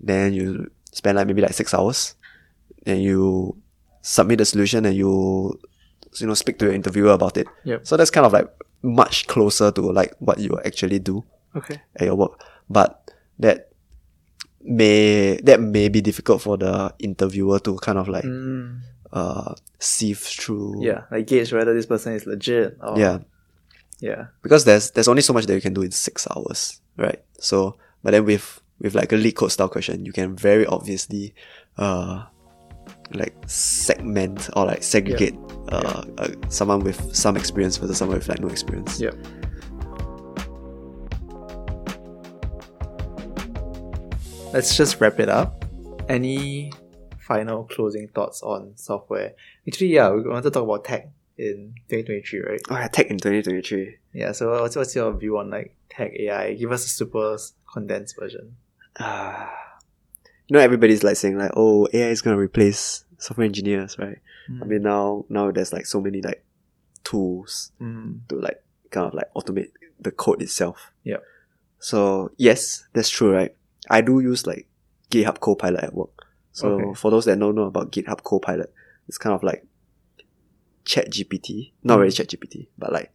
then you spend like maybe like six hours, then you submit the solution and you you know speak to your interviewer about it.
Yep.
So that's kind of like much closer to like what you actually do
Okay.
at your work. But that may that may be difficult for the interviewer to kind of like
Mm,
uh sieve through.
yeah. Like gauge whether this person is legit or
Yeah.
Yeah.
because there's there's only so much that you can do in six hours, right? So, but then with with like a lead code style question, you can very obviously, uh, like segment or like segregate Uh, uh, someone with some experience versus someone with like no experience.
Yep. Let's just wrap it up. Any final closing thoughts on software? Actually, yeah, we want to talk about tech in 2023, right?
Oh, yeah, tech in twenty twenty three.
Yeah. So what's, what's your view on like tech AI? Give us a super s- condensed version.
Uh, you know, everybody's like saying like, oh, AI is gonna replace software engineers, right?
Hmm.
I mean, now now there's like so many like tools
Mm,
to like kind of like automate the code itself.
Yep.
So yes, that's true, right? I do use like GitHub Copilot at work. So
Okay.
for those that don't know about GitHub Copilot, it's kind of like Chat GPT. Not
Mm.
really Chat GPT, but like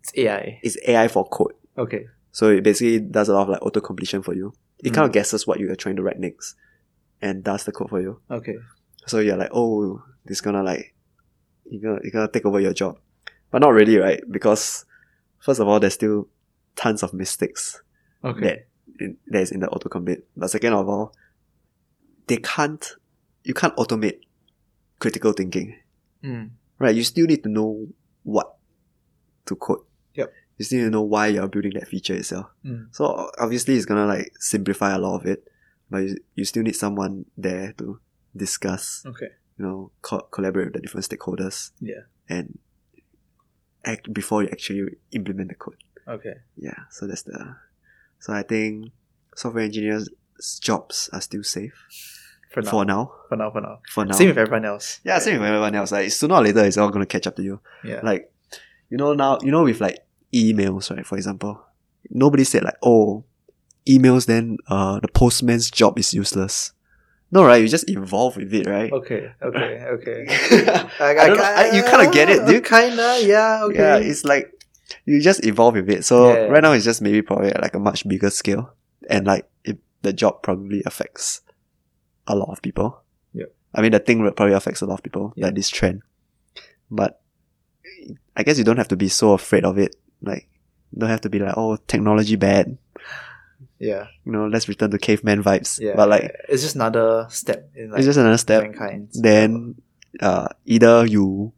it's AI.
it's AI for code.
Okay.
So it basically does a lot of like auto completion for you. It kind of
Mm.
guesses what you are trying to write next and does the code for you.
Okay.
So you're like, oh, this gonna like, you're gonna, you're gonna take over your job. But not really, right? Because, first of all, there's still tons of mistakes
Okay.
that, in, that is in the autocomplete. But second of all, they can't, you can't automate critical thinking,
Mm,
right? You still need to know what to code.
Yep.
You still need to know why you're building that feature itself.
mm,
So obviously it's gonna like simplify a lot of it, but you, you still need someone there to discuss
okay.
you know, co- collaborate with the different stakeholders.
Yeah.
And act before you actually implement the code.
Okay.
Yeah. So that's the. So I think software engineers' jobs are still safe
For now.
for now.
For now. For now.
For now.
Same with everyone else.
yeah, same with everyone else. Like sooner or later, it's all gonna catch up to you.
Yeah.
Like, you know now, you know with like emails, right? For example, nobody said like, oh, emails. Then uh, the postman's job is useless. No, right? You just evolve with it, right?
okay. Okay. Okay.
I don't know, I- you kind of get it, dude.
Kinda, yeah, okay.
Yeah, it's like you just evolve with it. So
Yeah.
right now it's just maybe probably at like a much bigger scale, and like it, the job probably affects a lot of people.
Yep.
I mean the thing will probably affects a lot of people.
Yeah.
Like this trend, but I guess you don't have to be so afraid of it. Like you don't have to be like oh technology bad.
yeah,
You know, let's return to caveman vibes.
yeah.
but like
it's just another step in like
it's just another step
mankind's
then uh, either you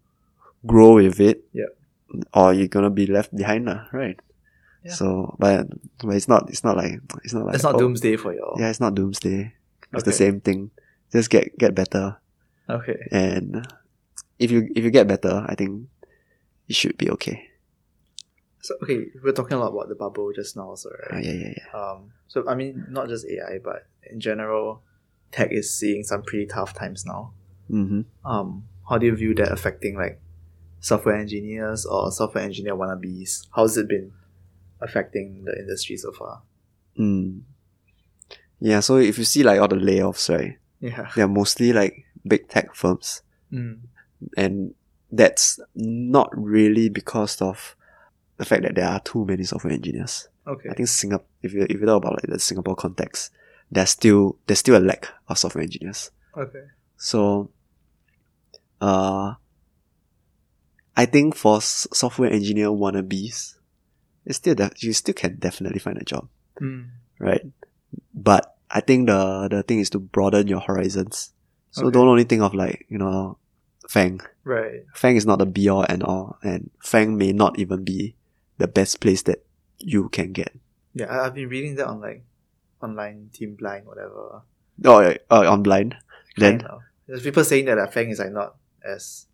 grow with it
Yep.
or you're gonna be left behind lah, right
Yeah.
so but but it's not it's not like it's not like
It's not
oh,
doomsday for y'all.
yeah it's not doomsday it's the
Okay.
same thing just get get better
Okay.
and if you if you get better i think it should be okay
So okay, we we're talking a lot about the bubble just now, also,
Ah,
right?
yeah yeah yeah
Um. So I mean, not just AI, but in general, tech is seeing some pretty tough times now.
mm-hmm.
Um. How do you view that affecting like software engineers or software engineer wannabes? How's it been affecting the industry so far?
mm. yeah so if you see like all the layoffs right
Yeah.
they're mostly like big tech firms
Mm.
and that's not really because of the fact that there are too many software engineers.
Okay.
I think Singapore, if you if you talk about like the Singapore context, there's still there's still a lack of software engineers.
Okay.
So, uh, I think for s- software engineer wannabes, it's still def- you still can definitely find a job,
Mm.
right? But I think the the thing is to broaden your horizons. So
Okay.
don't only think of like you know, Fang.
Right.
Fang is not the be all and all, and Fang may not even be the best place that you can get.
Yeah, I, I've been reading that on like online Team Blind whatever.
Oh, uh, uh, on blind. Then
Kind of. There's people saying that uh, Fang is like not as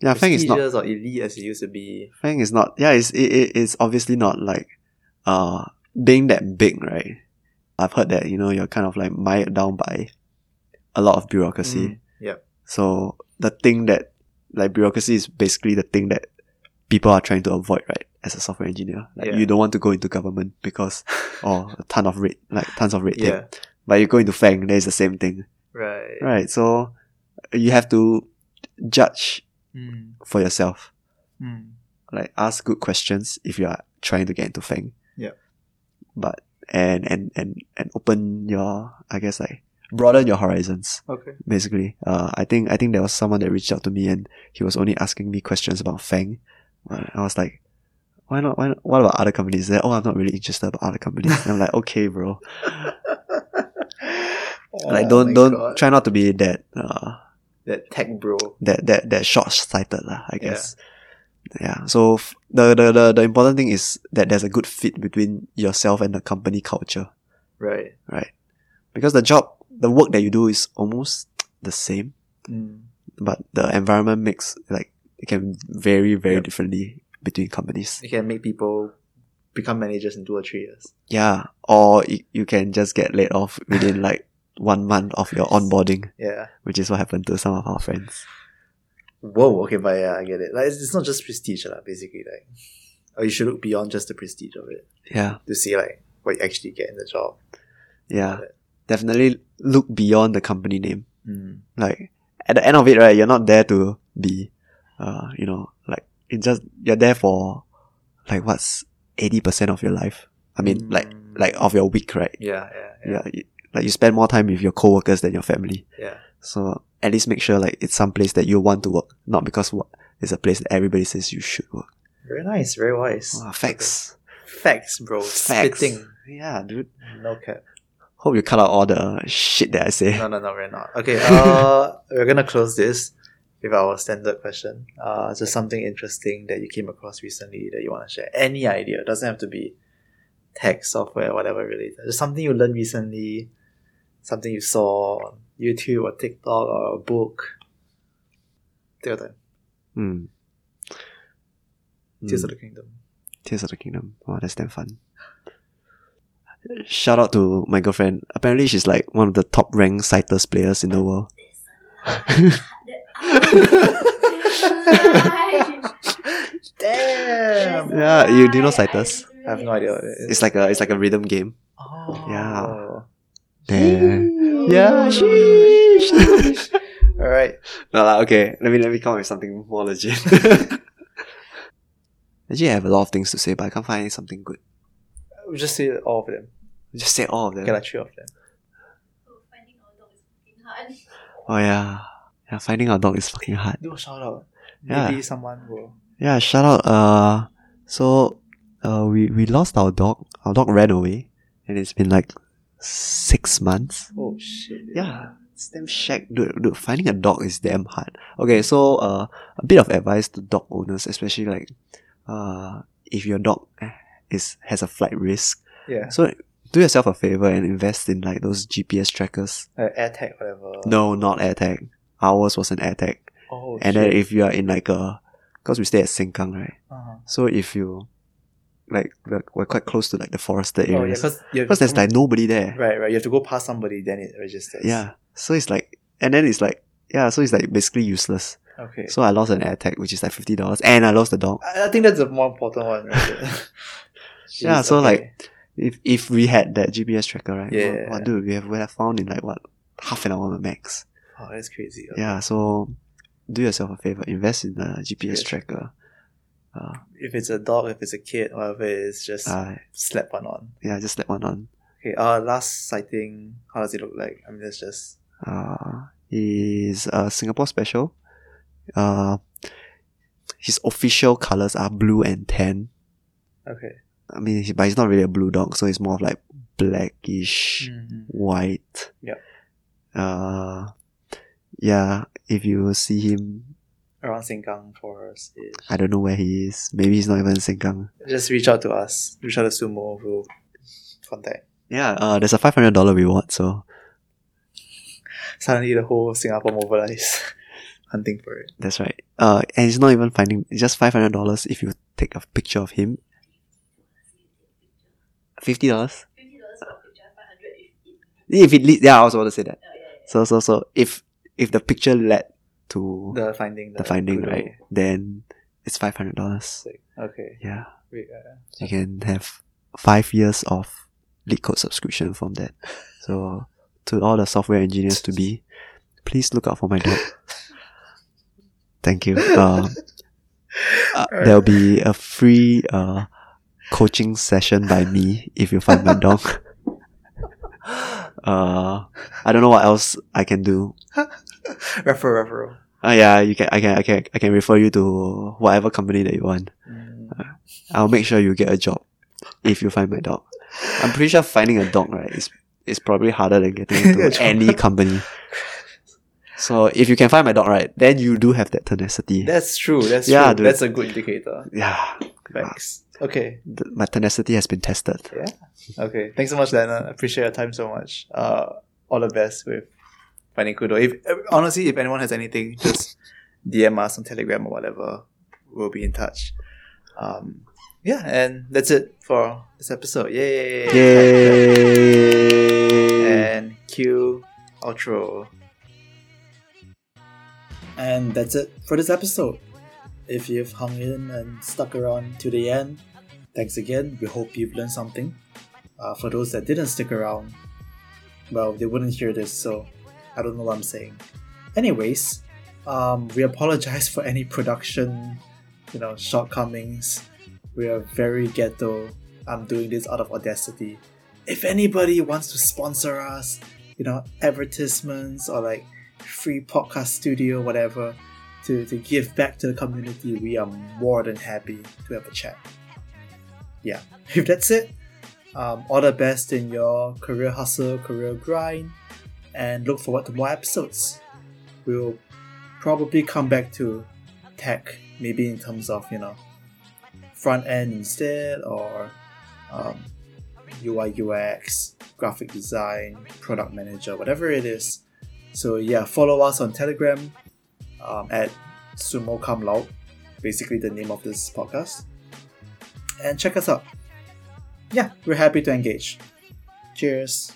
yeah, Fang is not
prestigious or elite as it used to be.
Fang is not. Yeah, it's it, it- it's obviously not like, uh, being that big, right? I've heard that you know you're kind of like mired down by a lot of bureaucracy.
Mm, yep.
So the thing that like bureaucracy is basically the thing that people are trying to avoid, right? As a software engineer, like
Yeah.
you don't want to go into government because oh, a ton of red like tons of red
Yeah.
tape. But you go into Fang, there's the same thing,
Right.
right? So you have to judge
Mm,
for yourself
mm.
like ask good questions if you are trying to get into Fang.
Yeah.
But and and and and open your I guess like broaden your horizons
Okay.
basically. Uh, I think I think there was someone that reached out to me and he was only asking me questions about Fang. Uh, I was like, why not? Why not? What about other companies? They're, oh, I'm not really interested about other companies. And I'm like, okay, bro. Like,
Oh
don't
my
don't
God.
try not to be that uh
that tech bro.
that that that short sighted lah. I guess. Yeah. So f- the, the the the important thing is that there's a good fit between yourself and the company culture,
Right.
right? Because the job, the work that you do is almost the same.
Mm.
but the environment makes like it can vary very
Yep.
differently between companies.
You can make people become managers in two or three years.
Yeah, or y- you can just get laid off within like one month of your onboarding,
Yeah.
which is what happened to some of our friends.
Whoa. Okay, but yeah, I get it. Like, it's, it's not just prestige, lah. Basically, like, or you should look beyond just the prestige of it
Yeah,
to see like what you actually get in the job.
yeah,
Got
definitely look beyond the company name.
Mm.
Like at the end of it, right? You're not there to be, uh, you know, like it just you're there for like what's eighty percent of your life. I mean, like
Mm.
like of your week, right?
Yeah, yeah, yeah,
Yeah, you- like you spend more time with your coworkers than your family.
yeah.
So at least make sure like it's some place that you want to work, not because what it's a place that everybody says you should work.
Very nice, very wise.
Wow, Ah, facts.
Facts, bro.
Facts.
Spitting.
Yeah, dude.
No cap.
Hope you cut out all the shit that I say.
No, no, no, we're not. Okay, uh, we're gonna close this with our standard question. Uh, just something interesting that you came across recently that you want to share. Any idea? It doesn't have to be tech, software, whatever related. Just something you learned recently, something you saw on YouTube or TikTok or a book. Take your time.
Hmm.
Tears
Hmm.
of the Kingdom.
Tears of the Kingdom. Wow, that's damn fun. Shout out to my girlfriend. Apparently she's like one of the top ranked Citus players in the world.
Damn!
Yeah, you do you know Citus?
I have no idea what it is.
It's like a it's like a rhythm game.
Oh.
Yeah. Yeah. Yeah, sheesh.
All right.
No, lah, okay. Let me let me come up with something more legit. Actually, I have a lot of things to say, but I can't find something good.
We'll just say all of them.
Just say all of them.
Okay, like three of them.
oh yeah, yeah. Finding our dog is fucking hard.
Do a shout out.
Yeah.
Maybe someone will.
Yeah. Shout out. Uh, so, uh, we we lost our dog. Our dog ran away, and it's been like six months.
Oh shit.
Yeah, it's damn shack, dude. Dude, finding a dog is damn hard. Okay, so uh, a bit of advice to dog owners, especially like, uh, if your dog eh, is has a flight risk,
Yeah.
so do yourself a favor and invest in like those GPS trackers.
Uh, air tag, whatever.
No, not AirTag. Ours was an AirTag.
Oh
and then
shit.
if you are in like a, cause we stay at Sengkang, right?
Uh-huh.
So if you, like, we're, we're quite close to like the forested
Oh yeah,
areas.
because you have
because
to
there's like nobody there.
right, right. You have to go past somebody, then it registers.
Yeah. So it's like, and then it's like, yeah, so it's like basically useless.
Okay. So
So I lost an AirTag, which is like fifty dollars, and I lost the dog.
I, I think that's the more important one. Right? Jeez,
Yeah, so,
okay.
like, If if we had that GPS tracker, right?
Yeah.
What, dude, we have we have found in like what half an hour max.
oh, that's crazy.
Yeah, so do yourself a favor, invest in a GPS
Yes.
tracker. Uh,
If it's a dog, if it's a kid, whatever, it is, just
uh,
slap one on.
yeah, just let one on.
Okay. Uh, last sighting. How does it look like? I mean, that's just
Uh, is a Singapore special. Uh, his official colors are blue and tan.
okay.
I mean, he- but he's not really a blue dog, so it's more of like blackish
Mhm.
white.
Yep.
Uh, yeah. If you see him
around Sengkang for us. Is
I don't know where he is. Maybe he's not even in Sengkang.
just reach out to us. Reach out to Sumo. We'll contact.
Yeah, uh, there's a five hundred dollar reward. So
Suddenly, the whole Singapore mobilized, hunting for it.
that's right. Uh, and it's not even finding. It's just five hundred dollars if you take a picture of him. Fifty dollars.
Fifty dollars for a picture, five hundred if it.
If it leads, yeah, I was about to say that.
Oh, yeah, yeah.
So so so if if the picture led to the,
The finding.
finding
Kudo.
right, then it's five hundred dollars.
Sick. Okay.
Yeah,
Wait, uh,
you can have five years of lead code subscription from that. So to all the software engineers to be, please look out for my dog. Thank you. Um, uh, there'll be a free uh, coaching session by me if you find my dog. Uh, I don't know what else I can do.
referral, referral.
Oh yeah, you can I can I can I can refer you to whatever company that you want.
Mm.
I'll make sure you get a job if you find my dog. I'm pretty sure finding a dog right is is probably harder than getting
A
into
job.
any company. So if you can find my dog right, then you do have that tenacity.
That's true. That's
Yeah,
true.
dude. Ah.
That's a good indicator.
yeah,
Thanks. Okay.
th- my tenacity has been tested.
Okay. Thanks so much, Lana. Appreciate your time so much. Uh, all the best with finding Kudo. If eh, honestly, if anyone has anything, just DM us on Telegram or whatever. We'll be in touch. Um, yeah, and that's it for this episode. Yay!
Yay!
And cue outro.
And that's it for this episode. If you've hung in and stuck around to the end, thanks again. We hope you've learned something. Uh, for those that didn't stick around, well, they wouldn't hear this, so I don't know what I'm saying. Anyways, um, we apologize for any production, you know, shortcomings. We are very ghetto. I'm doing this out of audacity. If anybody wants to sponsor us, you know, advertisements or like free podcast studio, whatever, to, to give back to the community, we are more than happy to have a chat. Yeah, if that's it, um, all the best in your career hustle, career grind, and look forward to more episodes. We'll probably come back to tech, maybe in terms of, you know, front end instead, or um, UI, UX, graphic design, product manager, whatever it is. So yeah, follow us on Telegram um, at Sumo Kam Lao, basically the name of this podcast. And check us out. Yeah, we're happy to engage. Cheers.